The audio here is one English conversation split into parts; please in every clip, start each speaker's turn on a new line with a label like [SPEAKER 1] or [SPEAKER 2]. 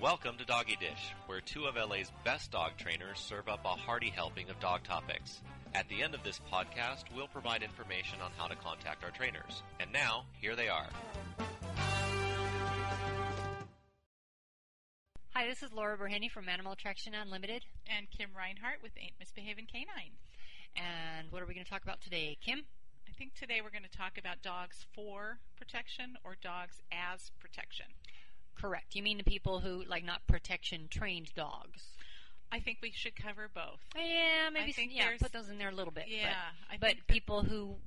[SPEAKER 1] Welcome to Doggy Dish, where two of LA's best dog trainers serve up a hearty helping of dog topics. At the end of this podcast, we'll provide information on how to contact our trainers. And now, here they are.
[SPEAKER 2] Hi, this is Laura Berheny from Animal Attraction Unlimited.
[SPEAKER 3] And Kim Reinhart with Ain't Misbehaving Canine.
[SPEAKER 2] And what are we going to talk about today, Kim?
[SPEAKER 3] I think today we're going to talk about dogs for protection or dogs as protection.
[SPEAKER 2] Correct. You mean the people who like not protection trained dogs?
[SPEAKER 3] I think we should cover both.
[SPEAKER 2] Yeah, maybe.
[SPEAKER 3] I think
[SPEAKER 2] some- yeah,
[SPEAKER 3] there's-
[SPEAKER 2] put those in there a little bit. but-
[SPEAKER 3] Yeah, I
[SPEAKER 2] but,
[SPEAKER 3] think that-
[SPEAKER 2] people who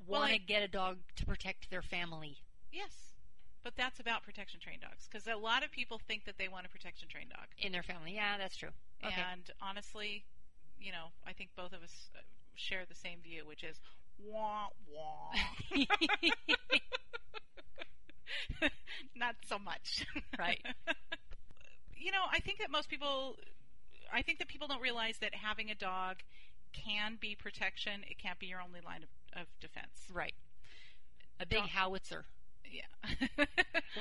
[SPEAKER 3] Well,
[SPEAKER 2] want to
[SPEAKER 3] I-
[SPEAKER 2] get a dog to protect their family.
[SPEAKER 3] Yes, but that's about protection trained dogs because a lot of people think that they want a protection trained dog.
[SPEAKER 2] in their family. Yeah, that's true. Okay.
[SPEAKER 3] And honestly, you know, I think both of us uh, share the same view, which is wah wah. Not so much.
[SPEAKER 2] Right.
[SPEAKER 3] you know, I think that most people, I think that people don't realize that having a dog can be protection. It can't be your only line of, of defense.
[SPEAKER 2] right. A big
[SPEAKER 3] Dog-
[SPEAKER 2] howitzer
[SPEAKER 3] Yeah.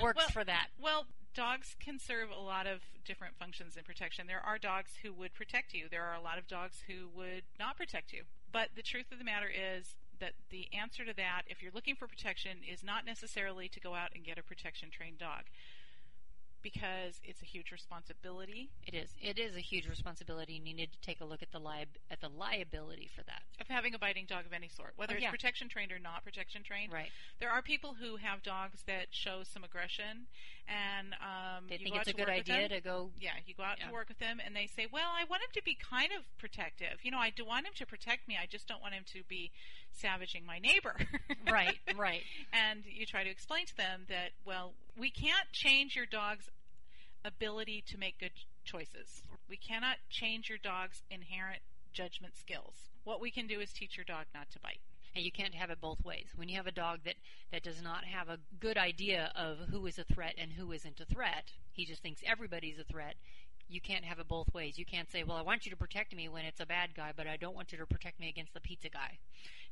[SPEAKER 2] works
[SPEAKER 3] Well,
[SPEAKER 2] for that.
[SPEAKER 3] Well, dogs can serve a lot of different functions in protection. There are dogs who would protect you. There are a lot of dogs who would not protect you. But the truth of the matter is that the answer to that, if you're looking for protection, is not necessarily to go out and get a protection trained dog because it's a huge responsibility.
[SPEAKER 2] It is. It is a huge responsibility, and you need to take a look at the li- at the liability for that.
[SPEAKER 3] of having a biting dog of any sort, whether
[SPEAKER 2] Oh,
[SPEAKER 3] it's
[SPEAKER 2] yeah.
[SPEAKER 3] protection trained or not protection trained.
[SPEAKER 2] Right.
[SPEAKER 3] There are people who have dogs that show some aggression, and um,
[SPEAKER 2] They
[SPEAKER 3] you
[SPEAKER 2] think
[SPEAKER 3] go
[SPEAKER 2] it's
[SPEAKER 3] out
[SPEAKER 2] a
[SPEAKER 3] to
[SPEAKER 2] good
[SPEAKER 3] work with
[SPEAKER 2] idea
[SPEAKER 3] them.
[SPEAKER 2] to go.
[SPEAKER 3] Yeah, you go out
[SPEAKER 2] Yeah.
[SPEAKER 3] to work with them, and they say, "Well, I want him to be kind of protective. You know, I do want him to protect me. I just don't want him to be savaging my neighbor."
[SPEAKER 2] Right. Right.
[SPEAKER 3] and you try to explain to them that, well, we can't change your dog's ability to make good choices. We cannot change your dog's inherent judgment skills. What we can do is teach your dog not to bite.
[SPEAKER 2] And you can't have it both ways. When you have a dog that that does not have a good idea of who is a threat and who isn't a threat, he just thinks everybody's a threat. You can't have it both ways. You can't say, "Well, I want you to protect me when it's a bad guy, but I don't want you to protect me against the pizza guy."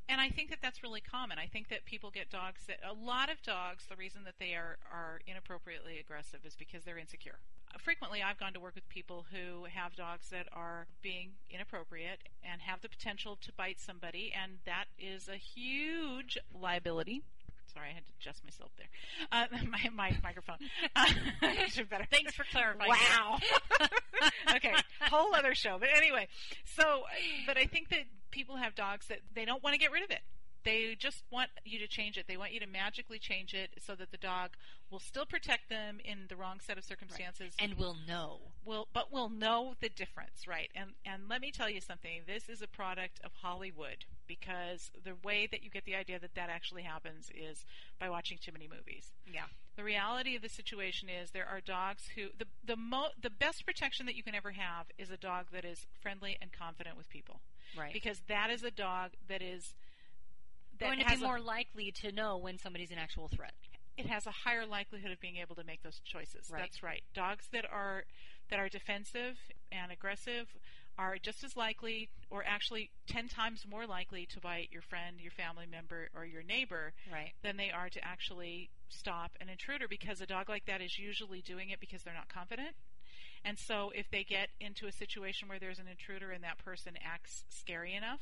[SPEAKER 3] And I think that that's really common. I think that people get dogs that a lot of dogs. The reason that they are are inappropriately aggressive is because they're insecure. Frequently, I've gone to work with people who have dogs that are being inappropriate and have the potential to bite somebody, and that is a huge liability. Sorry, I had to adjust myself there. Uh, my, my microphone. Uh, I should better.
[SPEAKER 2] Thanks for clarifying.
[SPEAKER 3] Wow. okay, whole other show. But anyway, so but I think that people have dogs that they don't want to get rid of it. They just want you to change it. They want you to magically change it so that the dog will still protect them in the wrong set of circumstances.
[SPEAKER 2] and will know.
[SPEAKER 3] will but will know the difference, right? And and let me tell you something. This is a product of Hollywood because the way that you get the idea that that actually happens is by watching too many movies.
[SPEAKER 2] Yeah.
[SPEAKER 3] The reality of the situation is there are dogs who the the mo- the best protection that you can ever have is a dog that is friendly and confident with people.
[SPEAKER 2] Right.
[SPEAKER 3] Because that is a dog that is that
[SPEAKER 2] going to be
[SPEAKER 3] has a-
[SPEAKER 2] more likely to know when somebody's an actual threat.
[SPEAKER 3] it has a higher likelihood of being able to make those choices.
[SPEAKER 2] Right.
[SPEAKER 3] That's right. Dogs that are that are defensive and aggressive are just as likely or actually 10 times more likely to bite your friend, your family member or your neighbor
[SPEAKER 2] Right.
[SPEAKER 3] than they are to actually stop an intruder because a dog like that is usually doing it because they're not confident. And so if they get into a situation where there's an intruder and that person acts scary enough,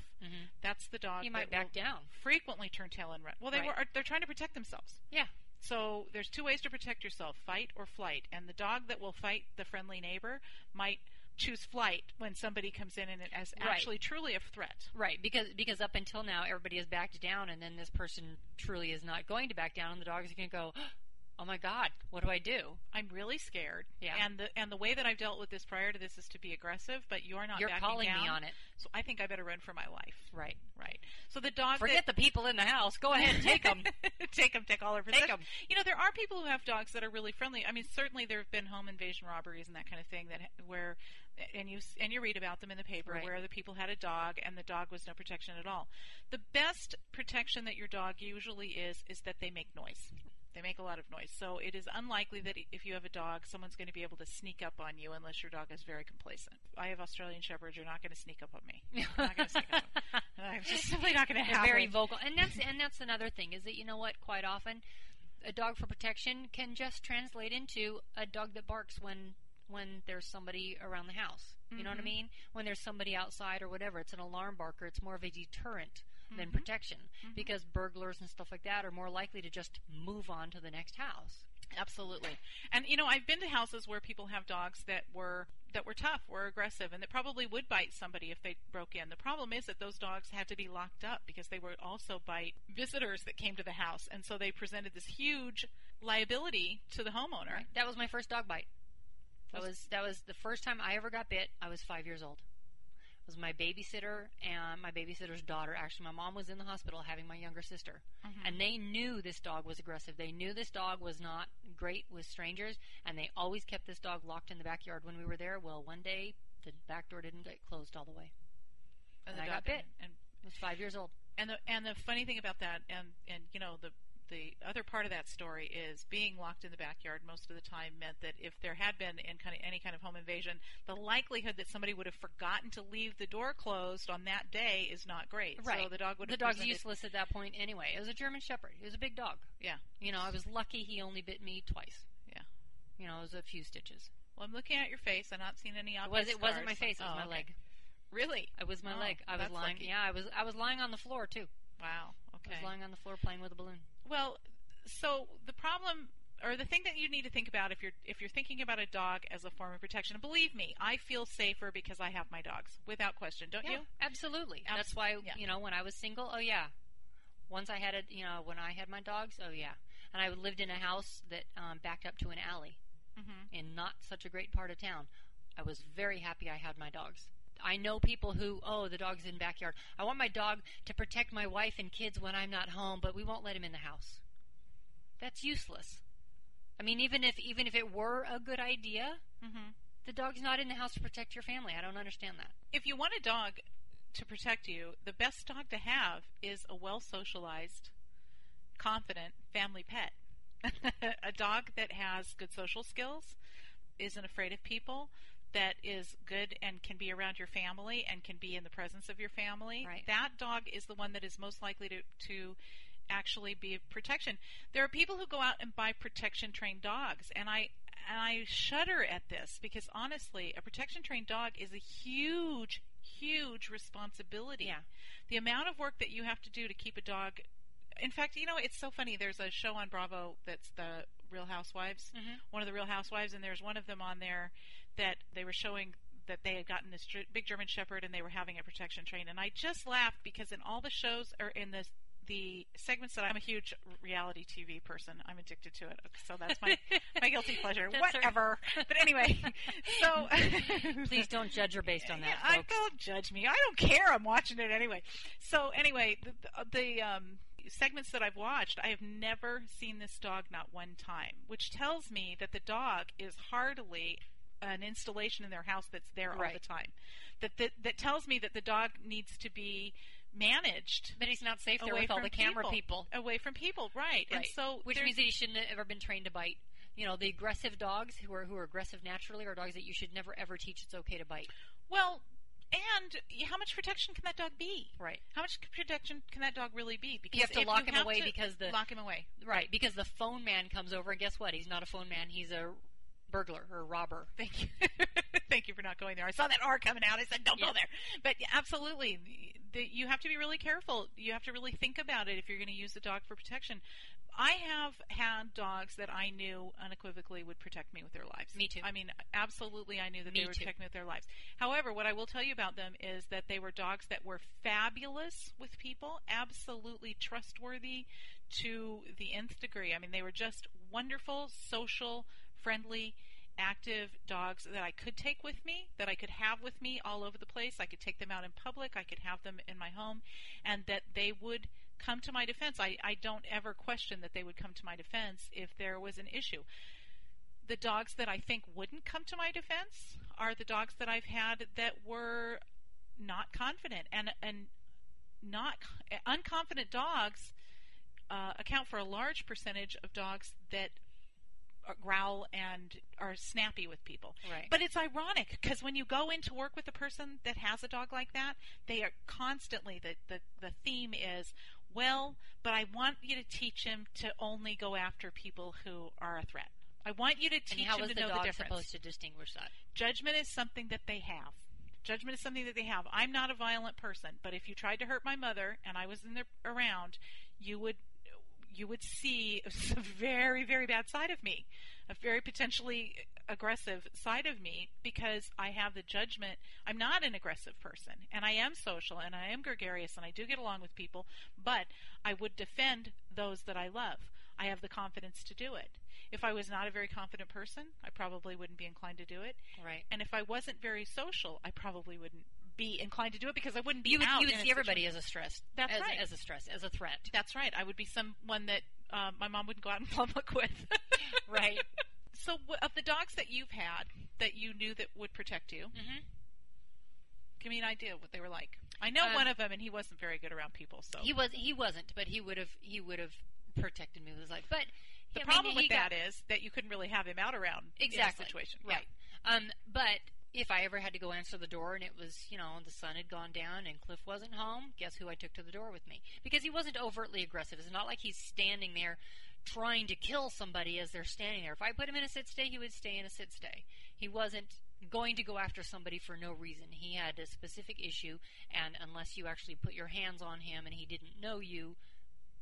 [SPEAKER 3] that's the dog
[SPEAKER 2] Mm-hmm. You might
[SPEAKER 3] that will
[SPEAKER 2] back down.
[SPEAKER 3] frequently turn tail and run. Well, they
[SPEAKER 2] Right.
[SPEAKER 3] were they're trying to protect themselves.
[SPEAKER 2] Yeah.
[SPEAKER 3] So there's two ways to protect yourself: fight or flight. And the dog that will fight the friendly neighbor might choose flight when somebody comes in and it is
[SPEAKER 2] Right.
[SPEAKER 3] actually truly a threat.
[SPEAKER 2] Right, because because up until now everybody has backed down, and then this person truly is not going to back down, and the dog is going to go, "Oh my God, what do I do?"
[SPEAKER 3] I'm really scared.
[SPEAKER 2] Yeah.
[SPEAKER 3] And the and the way that I've dealt with this prior to this is to be aggressive, but you're not.
[SPEAKER 2] You're
[SPEAKER 3] backing
[SPEAKER 2] calling me
[SPEAKER 3] down,
[SPEAKER 2] on it.
[SPEAKER 3] So I think I better run for my life.
[SPEAKER 2] Right.
[SPEAKER 3] Right. So the dog
[SPEAKER 2] Forget the people in the house. Go ahead, and take them.
[SPEAKER 3] take them, take all their
[SPEAKER 2] Take
[SPEAKER 3] possessions.
[SPEAKER 2] 'em.
[SPEAKER 3] You know, there are people who have dogs that are really friendly. I mean, certainly there have been home invasion robberies and that kind of thing that where, and you and you read about them in the paper
[SPEAKER 2] Right.
[SPEAKER 3] where the people had a dog and the dog was no protection at all. The best protection that your dog usually is is that they make noise. They make a lot of noise, so it is unlikely that if you have a dog, someone's going to be able to sneak up on you unless your dog is very complacent. I have Australian Shepherds; you're not going to sneak up on me. You're not going to sneak up. on me. I'm just simply not going to
[SPEAKER 2] They're
[SPEAKER 3] have
[SPEAKER 2] very
[SPEAKER 3] it.
[SPEAKER 2] vocal, and that's and that's another thing is that you know what? Quite often, a dog for protection can just translate into a dog that barks when when there's somebody around the house. You know what I
[SPEAKER 3] Mhm.
[SPEAKER 2] mean? When there's somebody outside or whatever, it's an alarm barker. It's more of a deterrent than
[SPEAKER 3] Mhm.
[SPEAKER 2] protection
[SPEAKER 3] Mhm.
[SPEAKER 2] because burglars and stuff like that are more likely to just move on to the next house.
[SPEAKER 3] Absolutely. And you know, I've been to houses where people have dogs that were that were tough, were aggressive, and that probably would bite somebody if they broke in. The problem is that those dogs had to be locked up because they would also bite visitors that came to the house, and so they presented this huge liability to the homeowner.
[SPEAKER 2] That was my first dog bite. That
[SPEAKER 3] Was-
[SPEAKER 2] was that was the first time I ever got bit. I was five years old. It was my babysitter and my babysitter's daughter. Actually, my mom was in the hospital having my younger sister,
[SPEAKER 3] Mm-hmm.
[SPEAKER 2] and they knew this dog was aggressive. They knew this dog was not great with strangers, and they always kept this dog locked in the backyard when we were there. Well, one day the back door didn't get closed all the way. and
[SPEAKER 3] And the
[SPEAKER 2] I got
[SPEAKER 3] dog-
[SPEAKER 2] bit.
[SPEAKER 3] And,
[SPEAKER 2] I was five years old.
[SPEAKER 3] and the and the funny thing about that, and and you know the. The other part of that story is being locked in the backyard most of the time meant that if there had been in kind of any kind of home invasion, the likelihood that somebody would have forgotten to leave the door closed on that day is not great. So
[SPEAKER 2] Right.
[SPEAKER 3] the dog would
[SPEAKER 2] the
[SPEAKER 3] have
[SPEAKER 2] dog's
[SPEAKER 3] presented-
[SPEAKER 2] useless at that point anyway. It was a German Shepherd. It was a big dog.
[SPEAKER 3] Yeah.
[SPEAKER 2] You know, I was lucky he only bit me twice.
[SPEAKER 3] Yeah.
[SPEAKER 2] You know, it was a few stitches.
[SPEAKER 3] Well, I'm looking at your face. I'm not seeing any
[SPEAKER 2] It
[SPEAKER 3] obvious
[SPEAKER 2] was it wasn't my
[SPEAKER 3] scars.
[SPEAKER 2] face, it was
[SPEAKER 3] Oh,
[SPEAKER 2] my
[SPEAKER 3] okay.
[SPEAKER 2] leg.
[SPEAKER 3] Really?
[SPEAKER 2] It was my
[SPEAKER 3] Oh,
[SPEAKER 2] leg. I was
[SPEAKER 3] that's
[SPEAKER 2] lying
[SPEAKER 3] lucky.
[SPEAKER 2] yeah, I was I was lying on the floor too.
[SPEAKER 3] Wow. Okay.
[SPEAKER 2] I was lying on the floor playing with a balloon.
[SPEAKER 3] Well, so the problem or the thing that you need to think about if you're if you're thinking about a dog as a form of protection, believe me, I feel safer because I have my dogs without question, don't
[SPEAKER 2] yeah,
[SPEAKER 3] you?
[SPEAKER 2] absolutely.
[SPEAKER 3] Abs-
[SPEAKER 2] That's why
[SPEAKER 3] yeah.
[SPEAKER 2] you know, when I was single, oh yeah. Once I had a you know, when I had my dogs, oh yeah. And I lived in a house that um, backed up to an alley.
[SPEAKER 3] Mm-hmm.
[SPEAKER 2] in not such a great part of town. I was very happy I had my dogs. I know people who, oh, the dog's in backyard. I want my dog to protect my wife and kids when I'm not home, but we won't let him in the house. That's useless. I mean, even if even if it were a good idea,
[SPEAKER 3] Mm-hmm.
[SPEAKER 2] the dog's not in the house to protect your family. I don't understand that.
[SPEAKER 3] If you want a dog to protect you, the best dog to have is a well socialized, confident family pet. a dog that has good social skills, isn't afraid of people, that is good and can be around your family and can be in the presence of your family.
[SPEAKER 2] Right.
[SPEAKER 3] That dog is the one that is most likely to, to actually be of protection. There are people who go out and buy protection trained dogs and I and I shudder at this because honestly, a protection trained dog is a huge huge responsibility. The amount of work that you have to do to keep a dog in fact, you know, it's so funny. There's a show on Bravo that's the Real Housewives
[SPEAKER 2] Mm-hmm.
[SPEAKER 3] one of the Real Housewives, and there's one of them on there that they were showing that they had gotten this dr- big German Shepherd and they were having a protection train, and I just laughed because in all the shows or in the the segments that I'm a huge reality TV person, I'm addicted to it, so that's my my guilty pleasure.
[SPEAKER 2] That's her-
[SPEAKER 3] Whatever, but anyway, so
[SPEAKER 2] Please don't judge her based on that,
[SPEAKER 3] yeah, I,
[SPEAKER 2] folks.
[SPEAKER 3] don't judge me. I don't care. I'm watching it anyway. So anyway, the, the, the um, segments that I've watched, I have never seen this dog not one time, which tells me that the dog is hardly an installation in their house that's there all
[SPEAKER 2] Right.
[SPEAKER 3] the time. That, that that tells me that the dog needs to be managed
[SPEAKER 2] But he's not safe there
[SPEAKER 3] Away
[SPEAKER 2] with all
[SPEAKER 3] from
[SPEAKER 2] the camera
[SPEAKER 3] people.
[SPEAKER 2] people.
[SPEAKER 3] away from people, right? And
[SPEAKER 2] Right.
[SPEAKER 3] so
[SPEAKER 2] Which
[SPEAKER 3] there's-
[SPEAKER 2] means that you shouldn't have ever been trained to bite. You know, the aggressive dogs who are who are aggressive naturally are dogs that you should never ever teach it's okay to bite.
[SPEAKER 3] well, and how much protection can that dog be?
[SPEAKER 2] Right.
[SPEAKER 3] How much protection can that dog really be? Because
[SPEAKER 2] You have to
[SPEAKER 3] if
[SPEAKER 2] lock
[SPEAKER 3] you
[SPEAKER 2] him
[SPEAKER 3] have
[SPEAKER 2] away
[SPEAKER 3] to
[SPEAKER 2] because the
[SPEAKER 3] lock him away.
[SPEAKER 2] right because the phone man comes over and guess what? He's not a phone man. He's a burglar or a robber.
[SPEAKER 3] Thank you. Thank you for not going there. I saw that R coming out. I said, don't go
[SPEAKER 2] Yeah.
[SPEAKER 3] there. But yeah, absolutely, the, you have to be really careful. You have to really think about it if you're going to use the dog for protection. I have had dogs that I knew unequivocally would protect me with their lives.
[SPEAKER 2] Me too.
[SPEAKER 3] I mean, absolutely, I knew that
[SPEAKER 2] Me
[SPEAKER 3] they would
[SPEAKER 2] too.
[SPEAKER 3] protect me with their lives. However, what I will tell you about them is that they were dogs that were fabulous with people, absolutely trustworthy to the nth degree. I mean, they were just wonderful, social, friendly, active dogs that I could take with me, that I could have with me all over the place. I could take them out in public, I could have them in my home, and that they would come to my defense. I, I don't ever question that they would come to my defense if there was an issue. The dogs that I think wouldn't come to my defense are the dogs that I've had that were not confident and and not unconfident dogs uh, account for a large percentage of dogs that are- growl and are snappy with people.
[SPEAKER 2] Right.
[SPEAKER 3] But it's ironic because when you go into work with a person that has a dog like that, they are constantly the, the the theme is, well, but I want you to teach him to only go after people who are a threat. I want you to
[SPEAKER 2] And
[SPEAKER 3] teach
[SPEAKER 2] how
[SPEAKER 3] them
[SPEAKER 2] is
[SPEAKER 3] to
[SPEAKER 2] the
[SPEAKER 3] know the
[SPEAKER 2] dog
[SPEAKER 3] difference.
[SPEAKER 2] supposed to distinguish that?
[SPEAKER 3] Judgment is something that they have. Judgment is something that they have. I'm not a violent person, but if you tried to hurt my mother and I was in there around, you would you would see a very very bad side of me, a very potentially aggressive side of me because I have the judgment. I'm not an aggressive person and I am social and I am gregarious and I do get along with people, but I would defend those that I love. I have the confidence to do it. If I was not a very confident person, I probably wouldn't be inclined to do it.
[SPEAKER 2] Right.
[SPEAKER 3] And if I wasn't very social, I probably wouldn't be inclined to do it because I wouldn't be
[SPEAKER 2] You would,
[SPEAKER 3] out.
[SPEAKER 2] you would
[SPEAKER 3] in a
[SPEAKER 2] see everybody
[SPEAKER 3] situa-
[SPEAKER 2] as a stress.
[SPEAKER 3] That's
[SPEAKER 2] as,
[SPEAKER 3] right.
[SPEAKER 2] As a stress, as a threat.
[SPEAKER 3] That's right. I would be someone that uh, my mom wouldn't go out in public with.
[SPEAKER 2] Right.
[SPEAKER 3] so, w- of the dogs that you've had that you knew that would protect you,
[SPEAKER 2] hmm
[SPEAKER 3] give me an idea of what they were like. I know
[SPEAKER 2] Um,
[SPEAKER 3] one of them, and he wasn't very good around people. So
[SPEAKER 2] He was. He wasn't. But he would have. He would have protected me with his life. But
[SPEAKER 3] the
[SPEAKER 2] I mean,
[SPEAKER 3] problem
[SPEAKER 2] he
[SPEAKER 3] with
[SPEAKER 2] got-
[SPEAKER 3] that is that you couldn't really have him out around in a
[SPEAKER 2] Exactly.
[SPEAKER 3] situation,
[SPEAKER 2] Right. Um, but if I ever had to go answer the door and it was, you know, the sun had gone down and Cliff wasn't home, guess who I took to the door with me? Because he wasn't overtly aggressive. It's not like he's standing there trying to kill somebody as they're standing there. If I put him in a sit stay, he would stay in a sit stay. He wasn't going to go after somebody for no reason. He had a specific issue, and unless you actually put your hands on him and he didn't know you,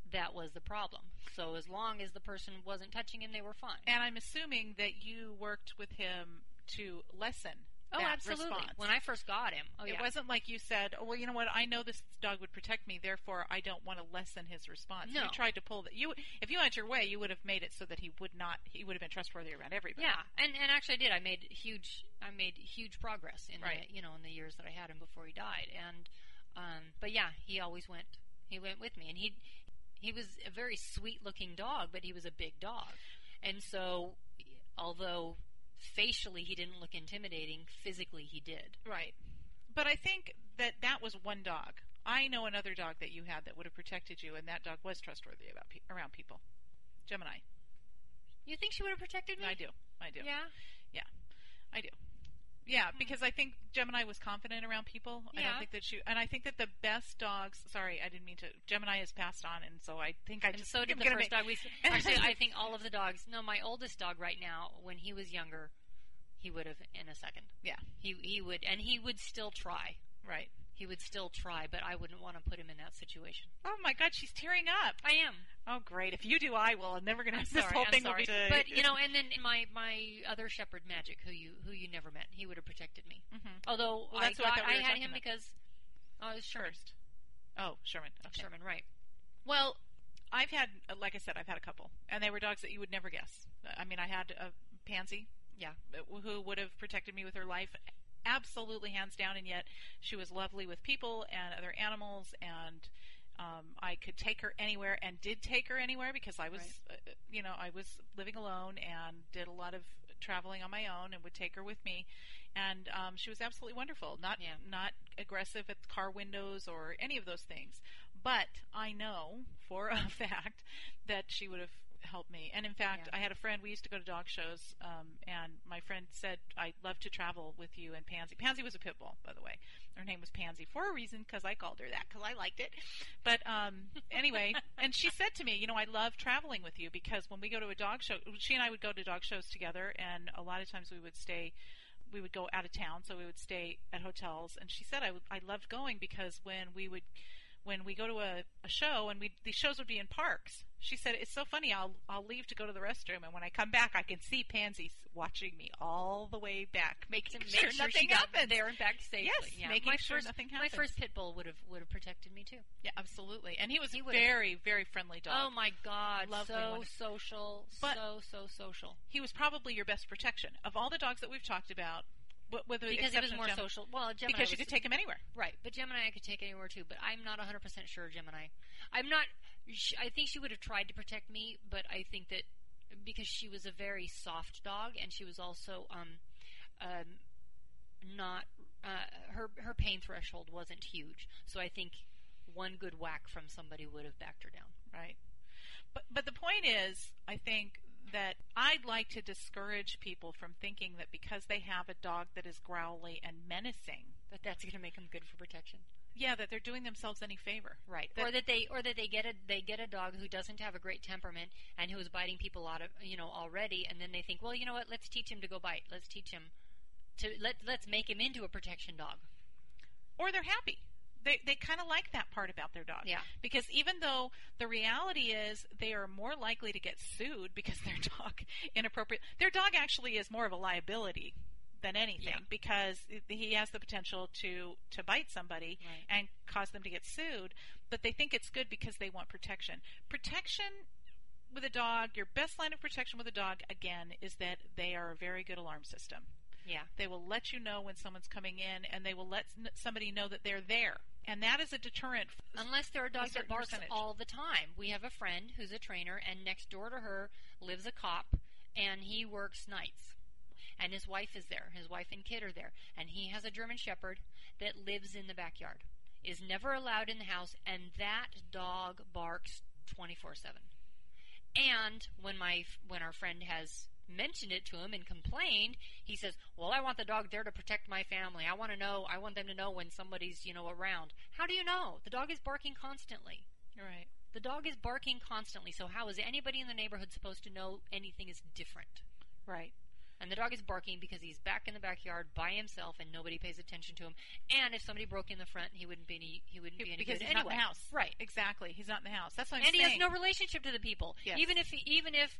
[SPEAKER 2] that was the problem. So as long as the person wasn't touching him, they were fine.
[SPEAKER 3] And I'm assuming that you worked with him to lessen.
[SPEAKER 2] Oh,
[SPEAKER 3] that
[SPEAKER 2] absolutely.
[SPEAKER 3] response.
[SPEAKER 2] When I first got him, oh
[SPEAKER 3] it
[SPEAKER 2] yeah,
[SPEAKER 3] wasn't like you said, "Oh well, you know what? I know this dog would protect me, therefore I don't want to lessen his response."
[SPEAKER 2] No.
[SPEAKER 3] You tried to pull that. You, if you had your way, you would have made it so that he would not. He would have been trustworthy around everybody.
[SPEAKER 2] yeah, and and actually I did. I made huge, I made huge progress in
[SPEAKER 3] Right.
[SPEAKER 2] the you know in the years that I had him before he died. And um, but yeah, he always went. He went with me, and he he was a very sweet looking dog, but he was a big dog, and so although facially he didn't look intimidating, physically he did.
[SPEAKER 3] Right. But I think that that was one dog. I know another dog that you had that would have protected you, and that dog was trustworthy about pe- around people. Gemini.
[SPEAKER 2] You think she would have protected me?
[SPEAKER 3] I do. I do.
[SPEAKER 2] Mm-hmm. Yeah. Mm-hmm.
[SPEAKER 3] Yeah, because I think Gemini was confident around people. I
[SPEAKER 2] Yeah.
[SPEAKER 3] don't think that she, and I think that the best dogs. Sorry, I didn't mean to. Gemini has passed on, and so I think I
[SPEAKER 2] and
[SPEAKER 3] just
[SPEAKER 2] so did
[SPEAKER 3] am
[SPEAKER 2] the
[SPEAKER 3] gonna
[SPEAKER 2] first
[SPEAKER 3] make-
[SPEAKER 2] dog we actually i think all of the dogs no my oldest dog right now when he was younger he would have in a second
[SPEAKER 3] Yeah.
[SPEAKER 2] he he would and he would still try
[SPEAKER 3] Right.
[SPEAKER 2] he would still try but i wouldn't want to put him in that situation
[SPEAKER 3] Oh my God, she's tearing up.
[SPEAKER 2] i am
[SPEAKER 3] Oh great, if you do, I will. And then we're gonna
[SPEAKER 2] I'm
[SPEAKER 3] have
[SPEAKER 2] sorry
[SPEAKER 3] this whole
[SPEAKER 2] I'm
[SPEAKER 3] thing
[SPEAKER 2] sorry.
[SPEAKER 3] will be.
[SPEAKER 2] but you know and then my my other shepherd magic who you who you never met he would have protected me
[SPEAKER 3] hmm
[SPEAKER 2] although
[SPEAKER 3] Well,
[SPEAKER 2] i
[SPEAKER 3] that's what I
[SPEAKER 2] got
[SPEAKER 3] thought we were
[SPEAKER 2] had
[SPEAKER 3] talking
[SPEAKER 2] him
[SPEAKER 3] about.
[SPEAKER 2] because i was sherman
[SPEAKER 3] First. Oh, Sherman. Okay.
[SPEAKER 2] sherman right
[SPEAKER 3] Well, I've had, uh, like I said, I've had a couple, and they were dogs that you would never guess. I mean, I had a pansy, uh,
[SPEAKER 2] Yeah.
[SPEAKER 3] who would have protected me with her life, absolutely hands down, and yet she was lovely with people and other animals, and um, I could take her anywhere, and did take her anywhere because I was, uh, you know, I was living alone and did a lot of traveling on my own, and would take her with me, and um, she was absolutely wonderful. Not
[SPEAKER 2] Yeah.
[SPEAKER 3] not aggressive at car windows or any of those things. But I know for a fact that she would have helped me. And in fact,
[SPEAKER 2] Yeah.
[SPEAKER 3] I had a friend. We used to go to dog shows, um, and my friend said, "I love to travel with you and Pansy." Pansy was a pit bull, by the way. Her name was Pansy for a reason because I called her that because I liked it. But um, anyway, and she said to me, "You know, I love traveling with you because when we go to a dog show, she and I would go to dog shows together, and a lot of times we would stay." we would go out of town, so we would stay at hotels. And she said I, would- I loved going because when we would when we go to a, a show and we these shows would be in parks. She said it's so funny. I'll I'll leave to go to the restroom, and when I come back, I can see Pansy's watching me all the way back,
[SPEAKER 2] to
[SPEAKER 3] making
[SPEAKER 2] make
[SPEAKER 3] sure,
[SPEAKER 2] sure she
[SPEAKER 3] nothing
[SPEAKER 2] got
[SPEAKER 3] happens.
[SPEAKER 2] there and back safely
[SPEAKER 3] Yes,
[SPEAKER 2] yeah
[SPEAKER 3] making
[SPEAKER 2] my
[SPEAKER 3] sure
[SPEAKER 2] first
[SPEAKER 3] nothing
[SPEAKER 2] my
[SPEAKER 3] happens.
[SPEAKER 2] first pit bull would have would have protected me too
[SPEAKER 3] yeah, absolutely. And he was
[SPEAKER 2] He
[SPEAKER 3] a
[SPEAKER 2] would've-
[SPEAKER 3] very very friendly dog.
[SPEAKER 2] Oh my god,
[SPEAKER 3] Lovely,
[SPEAKER 2] so
[SPEAKER 3] wonderful.
[SPEAKER 2] social,
[SPEAKER 3] But-
[SPEAKER 2] so so social.
[SPEAKER 3] he was probably your best protection of all the dogs that we've talked about. wh- Whether
[SPEAKER 2] Because it was
[SPEAKER 3] exception of
[SPEAKER 2] more
[SPEAKER 3] Gemini-
[SPEAKER 2] social. Well, Gemini
[SPEAKER 3] because you
[SPEAKER 2] was-
[SPEAKER 3] could take him anywhere.
[SPEAKER 2] right, but Gemini I could take anywhere too. But I'm not 100 percent sure Gemini. I'm not. sh I think she would have tried to protect me, but I think that because she was a very soft dog and she was also um um not uh, her her pain threshold wasn't huge, so I think one good whack from somebody would have backed her down.
[SPEAKER 3] Right. But but the point is, I think that I'd like to discourage people from thinking that because they have a dog that is growly and menacing,
[SPEAKER 2] But that's going to make them good for protection,
[SPEAKER 3] yeah, that they're doing themselves any favor.
[SPEAKER 2] right?
[SPEAKER 3] That-
[SPEAKER 2] or that they or that they get a they get a dog who doesn't have a great temperament and who is biting people out of you know already, and then they think, well, you know what? Let's teach him to go bite. Let's teach him to let let's make him into a protection dog.
[SPEAKER 3] Or they're happy. They, they kind of like that part about their dog.
[SPEAKER 2] Yeah,
[SPEAKER 3] Because even though the reality is they are more likely to get sued because their dog inappropriate, their dog actually is more of a liability than anything
[SPEAKER 2] Yeah.
[SPEAKER 3] because he has the potential to to bite somebody
[SPEAKER 2] right.
[SPEAKER 3] and cause them to get sued, but they think it's good because they want protection. Protection with a dog, your best line of protection with a dog again is that they are a very good alarm system.
[SPEAKER 2] Yeah,
[SPEAKER 3] They will let you know when someone's coming in and they will let n- somebody know that they're there. And that is a deterrent.
[SPEAKER 2] unless there are dogs that
[SPEAKER 3] certain
[SPEAKER 2] bark
[SPEAKER 3] percentage.
[SPEAKER 2] all the time. We have a friend who's a trainer, and next door to her lives a cop, and he works nights. And his wife is there. His wife and kid are there. And he has a German Shepherd that lives in the backyard, is never allowed in the house, and that dog barks 24 7. And when my when our friend has mentioned it to him and complained, he says, "Well, I want the dog there to protect my family. I want to know. I want them to know when somebody's, you know, around." How do you know? The dog is barking constantly.
[SPEAKER 3] Right.
[SPEAKER 2] The dog is barking constantly. So how is anybody in the neighborhood supposed to know anything is different?
[SPEAKER 3] Right.
[SPEAKER 2] And the dog is barking because he's back in the backyard by himself and nobody pays attention to him. And if somebody broke in the front, he wouldn't be any he wouldn't be any
[SPEAKER 3] because
[SPEAKER 2] good
[SPEAKER 3] he's
[SPEAKER 2] anyway.
[SPEAKER 3] not in the house.
[SPEAKER 2] Right.
[SPEAKER 3] Exactly. He's not in the house. That's what I'm
[SPEAKER 2] and he
[SPEAKER 3] saying.
[SPEAKER 2] has no relationship to the people.
[SPEAKER 3] Yes.
[SPEAKER 2] Even if he, even if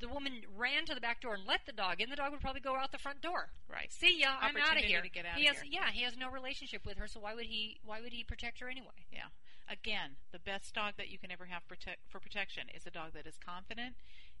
[SPEAKER 2] the woman ran to the back door and let the dog in, the dog would probably go out the front door.
[SPEAKER 3] right.
[SPEAKER 2] See ya, I'm out of
[SPEAKER 3] Opportunity
[SPEAKER 2] here.
[SPEAKER 3] to get out
[SPEAKER 2] he
[SPEAKER 3] of
[SPEAKER 2] has,
[SPEAKER 3] here.
[SPEAKER 2] yeah, he has no relationship with her, so why would he? Why would he protect her anyway?
[SPEAKER 3] Again, the best dog that you can ever have protect, for protection is a dog that is confident,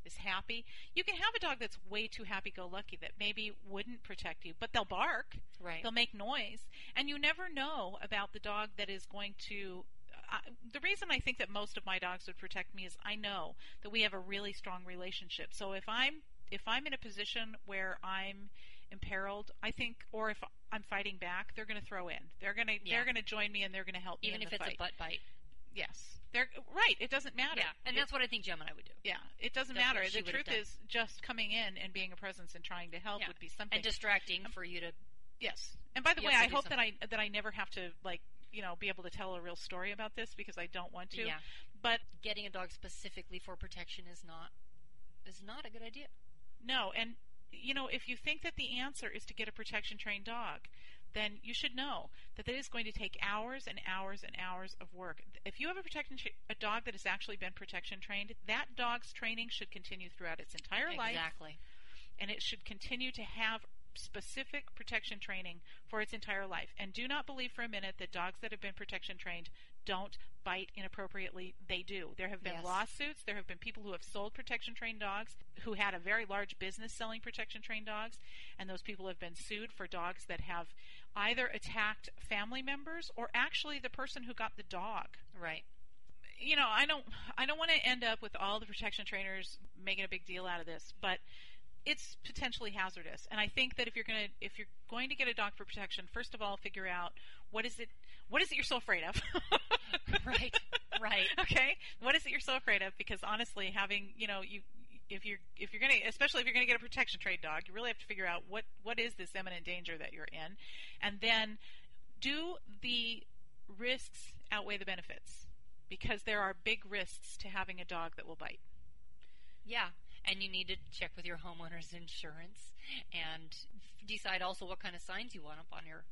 [SPEAKER 3] is happy. You can have a dog that's way too happy-go-lucky that maybe wouldn't protect you, but they'll bark.
[SPEAKER 2] Right.
[SPEAKER 3] They'll make noise, and you never know about the dog that is going to. I, the reason I think that most of my dogs would protect me is I know that we have a really strong relationship. So if I'm if I'm in a position where I'm imperiled, I think, or if I'm fighting back, they're going to throw in. They're going to
[SPEAKER 2] Yeah.
[SPEAKER 3] they're going to join me and they're going to help me.
[SPEAKER 2] Even
[SPEAKER 3] in
[SPEAKER 2] if
[SPEAKER 3] the
[SPEAKER 2] it's
[SPEAKER 3] fight.
[SPEAKER 2] a butt bite.
[SPEAKER 3] yes, they're right. It doesn't matter.
[SPEAKER 2] Yeah, and
[SPEAKER 3] It-
[SPEAKER 2] that's what I think Gemini would do,
[SPEAKER 3] yeah, it doesn't
[SPEAKER 2] that's what
[SPEAKER 3] matter.
[SPEAKER 2] she
[SPEAKER 3] The
[SPEAKER 2] would have
[SPEAKER 3] truth
[SPEAKER 2] done.
[SPEAKER 3] is, just coming in and being a presence and trying to help
[SPEAKER 2] Yeah.
[SPEAKER 3] would be something.
[SPEAKER 2] and distracting
[SPEAKER 3] Um,
[SPEAKER 2] for you to.
[SPEAKER 3] Yes. And by the
[SPEAKER 2] You
[SPEAKER 3] way,
[SPEAKER 2] have
[SPEAKER 3] I
[SPEAKER 2] to do
[SPEAKER 3] hope that I that I never have to like you know be able to tell a real story about this because I don't want to.
[SPEAKER 2] Yeah,
[SPEAKER 3] But
[SPEAKER 2] getting a dog specifically for protection is not is not a good idea.
[SPEAKER 3] no, and you know if you think that the answer is to get a protection trained dog, then you should know that that is going to take hours and hours and hours of work. If you have a protection tra- a dog that has actually been protection trained, that dog's training should continue throughout its entire life,
[SPEAKER 2] exactly.
[SPEAKER 3] and it should continue to have specific protection training for its entire life. And do not believe for a minute that dogs that have been protection trained don't bite inappropriately. They do. There have been
[SPEAKER 2] Yes.
[SPEAKER 3] lawsuits. There have been people who have sold protection trained dogs who had a very large business selling protection trained dogs, and those people have been sued for dogs that have either attacked family members or actually the person who got the dog
[SPEAKER 2] Right.
[SPEAKER 3] you know, I don't I don't want to end up with all the protection trainers making a big deal out of this, but it's potentially hazardous. And I think that if you're going to if you're going to get a dog for protection, first of all, figure out what is it what is it you're so afraid of?
[SPEAKER 2] Right. Right.
[SPEAKER 3] okay? What is it you're so afraid of because honestly, having, you know, you if you're if you're going to especially if you're going to get a protection trade dog, you really have to figure out what what is this imminent danger that you're in and then do the risks outweigh the benefits because there are big risks to having a dog that will bite.
[SPEAKER 2] Yeah, and you need to check with your homeowner's insurance and f- decide also what kind of signs you want up on your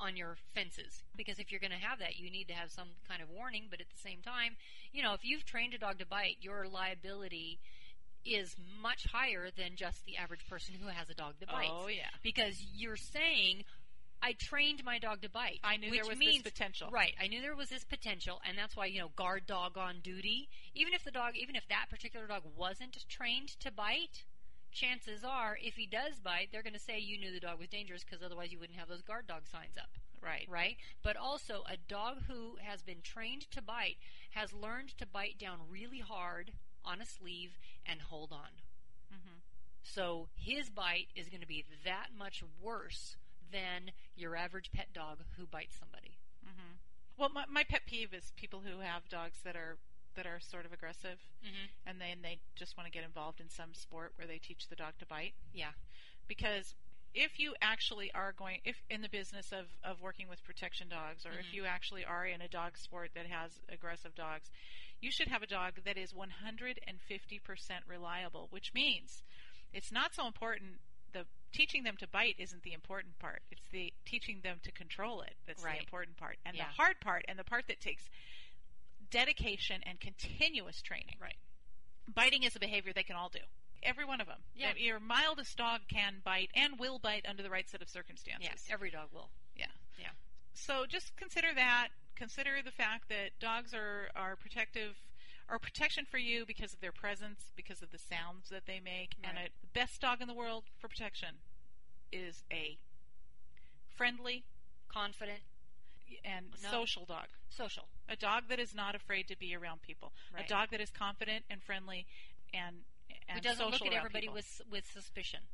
[SPEAKER 2] on your fences because if you're going to have that you need to have some kind of warning but at the same time you know if you've trained a dog to bite your liability is much higher than just the average person who has a dog that bites
[SPEAKER 3] Oh, yeah.
[SPEAKER 2] because you're saying I trained my dog to bite
[SPEAKER 3] I knew
[SPEAKER 2] which
[SPEAKER 3] there was
[SPEAKER 2] means
[SPEAKER 3] this potential.
[SPEAKER 2] Right. I knew there was this potential, and that's why, you know, guard dog on duty. Even if the dog, even if that particular dog wasn't trained to bite, chances are, if he does bite, they're going to say you knew the dog was dangerous because otherwise you wouldn't have those guard dog signs up.
[SPEAKER 3] Right.
[SPEAKER 2] Right? But also, a dog who has been trained to bite has learned to bite down really hard on a sleeve and hold on.
[SPEAKER 3] Mm-hmm.
[SPEAKER 2] So his bite is going to be that much worse than your average pet dog who bites somebody.
[SPEAKER 3] Mm-hmm. hmm Well, my, my pet peeve is people who have dogs that are that are sort of aggressive,
[SPEAKER 2] hmm
[SPEAKER 3] and then they just want to get involved in some sport where they teach the dog to bite.
[SPEAKER 2] Yeah.
[SPEAKER 3] Because if you actually are going, if in the business of, of working with protection dogs, or
[SPEAKER 2] Mhm.
[SPEAKER 3] if you actually are in a dog sport that has aggressive dogs, you should have a dog that is 150% reliable, which means it's not so important. The teaching them to bite isn't the important part. It's the teaching them to control it that's
[SPEAKER 2] Right.
[SPEAKER 3] the important part. And
[SPEAKER 2] Yeah.
[SPEAKER 3] the hard part, and the part that takes dedication and continuous training.
[SPEAKER 2] Right.
[SPEAKER 3] Biting is a behavior they can all do. Every one of them. Uh,
[SPEAKER 2] Yeah.
[SPEAKER 3] Your mildest dog can bite and will bite under the right set of circumstances.
[SPEAKER 2] Yes, every dog will.
[SPEAKER 3] So just consider that. Consider the fact that dogs are, are protective, are protection for you because of their presence, because of the sounds that they make. And
[SPEAKER 2] Right.
[SPEAKER 3] a best dog in the world for protection is a friendly
[SPEAKER 2] Confident,
[SPEAKER 3] and
[SPEAKER 2] No.
[SPEAKER 3] social dog.
[SPEAKER 2] social.
[SPEAKER 3] A dog that is not afraid to be around people.
[SPEAKER 2] Right.
[SPEAKER 3] A dog that is confident and friendly and and
[SPEAKER 2] who doesn't
[SPEAKER 3] social
[SPEAKER 2] look at
[SPEAKER 3] around
[SPEAKER 2] everybody
[SPEAKER 3] people.
[SPEAKER 2] with with suspicion.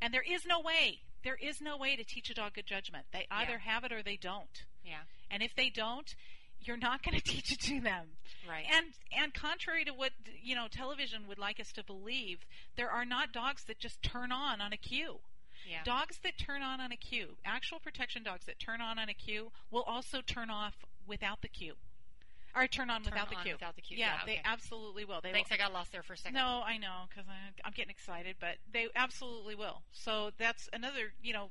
[SPEAKER 3] And there is no way. There is no way to teach a dog good judgment. They
[SPEAKER 2] Yeah.
[SPEAKER 3] either have it or they don't.
[SPEAKER 2] Yeah.
[SPEAKER 3] And if they don't, you're not going to teach it to them.
[SPEAKER 2] Right.
[SPEAKER 3] And and contrary to what you know television would like us to believe, there are not dogs that just turn on on a cue.
[SPEAKER 2] yeah.
[SPEAKER 3] Dogs that turn on on a cue, actual protection dogs that turn on on a cue will also turn off without the cue. Or turn on
[SPEAKER 2] Turn
[SPEAKER 3] without the
[SPEAKER 2] on
[SPEAKER 3] cue.
[SPEAKER 2] Without the cue.
[SPEAKER 3] Yeah,
[SPEAKER 2] okay.
[SPEAKER 3] they absolutely will. They will
[SPEAKER 2] Thanks. I got lost there for a second.
[SPEAKER 3] no, I know because I'm getting excited, but they absolutely will. So that's another, you know,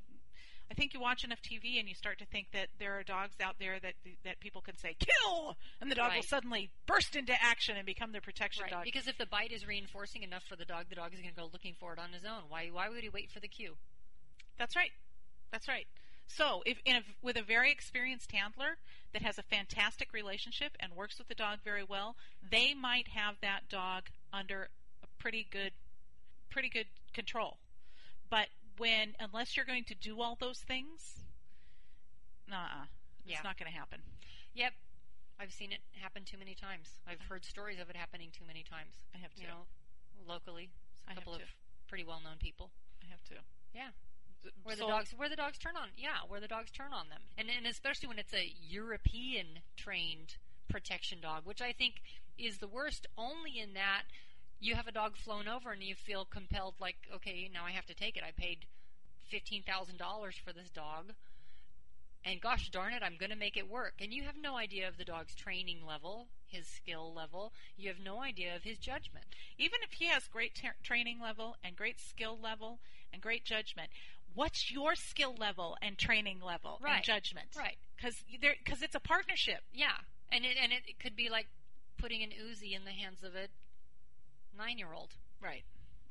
[SPEAKER 3] I think you watch enough TV and you start to think that there are dogs out there that that people can say kill, and the dog will
[SPEAKER 2] Right.
[SPEAKER 3] suddenly burst into action and become the protection
[SPEAKER 2] Right.
[SPEAKER 3] dog.
[SPEAKER 2] Because if the bite is reinforcing enough for the dog, the dog is going to go looking for it on his own. Why? Why would he wait for the cue?
[SPEAKER 3] That's right. That's right. So, if in a, with a very experienced handler that has a fantastic relationship and works with the dog very well, they might have that dog under a pretty good, pretty good control. But when unless you're going to do all those things, nah, it's
[SPEAKER 2] Yeah.
[SPEAKER 3] not going to happen.
[SPEAKER 2] Yep. I've seen it happen too many times. I've heard stories of it happening too many times.
[SPEAKER 3] I have to.
[SPEAKER 2] You know, locally,
[SPEAKER 3] I
[SPEAKER 2] a
[SPEAKER 3] have
[SPEAKER 2] couple of
[SPEAKER 3] to.
[SPEAKER 2] pretty well-known people.
[SPEAKER 3] I have to.
[SPEAKER 2] Yeah. Where the
[SPEAKER 3] So-
[SPEAKER 2] dogs, where the dogs turn on, yeah, where the dogs turn on them, and and especially when it's a European trained protection dog, which I think is the worst, only in that you have a dog flown over and you feel compelled, like, okay, now I have to take it. I paid fifteen thousand dollars for this dog, and gosh darn it, I'm going to make it work. And you have no idea of the dog's training level, his skill level. You have no idea of his judgment.
[SPEAKER 3] even if he has great ter- training level and great skill level and great judgment, what's your skill level and training level
[SPEAKER 2] Right.
[SPEAKER 3] and judgment?
[SPEAKER 2] Right.
[SPEAKER 3] Because because it's a partnership.
[SPEAKER 2] Yeah, and it and it could be like putting an Uzi in the hands of a nine-year-old.
[SPEAKER 3] Right.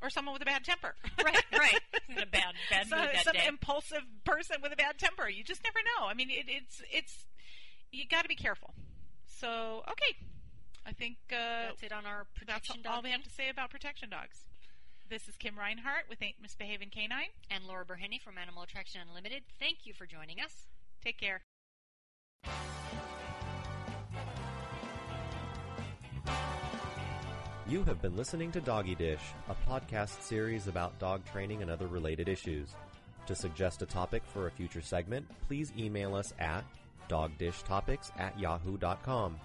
[SPEAKER 3] Or someone with a bad temper.
[SPEAKER 2] Right, right.
[SPEAKER 4] in a bad, bad
[SPEAKER 3] So,
[SPEAKER 4] mood that
[SPEAKER 3] some
[SPEAKER 4] day.
[SPEAKER 3] impulsive person with a bad temper. You just never know. I mean, it, it's it's you got to be careful. So okay, I think uh,
[SPEAKER 2] That's it on our
[SPEAKER 3] that's,
[SPEAKER 2] protection
[SPEAKER 3] all
[SPEAKER 2] dog
[SPEAKER 3] we have to say about protection dogs. This is Kim Reinhart with Ain't Misbehaving Canine.
[SPEAKER 2] and Laura Berheny from Animal Attraction Unlimited. Thank you for joining us.
[SPEAKER 3] Take care.
[SPEAKER 1] You have been listening to Doggy Dish, a podcast series about dog training and other related issues. To suggest a topic for a future segment, please email us at dogdishtopics at yahoo.com.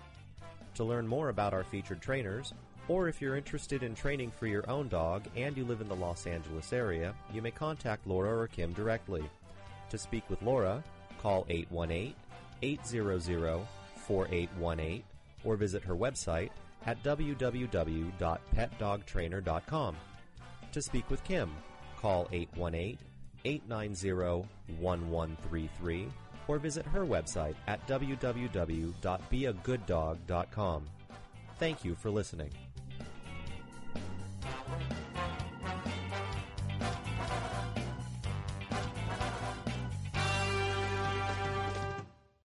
[SPEAKER 1] To learn more about our featured trainers, or if you're interested in training for your own dog and you live in the Los Angeles area, you may contact Laura or Kim directly. To speak with Laura, call 818 800 4818 or visit her website at www.petdogtrainer.com. To speak with Kim, call 818 890 1133 or visit her website at www.beagooddog.com. Thank you for listening.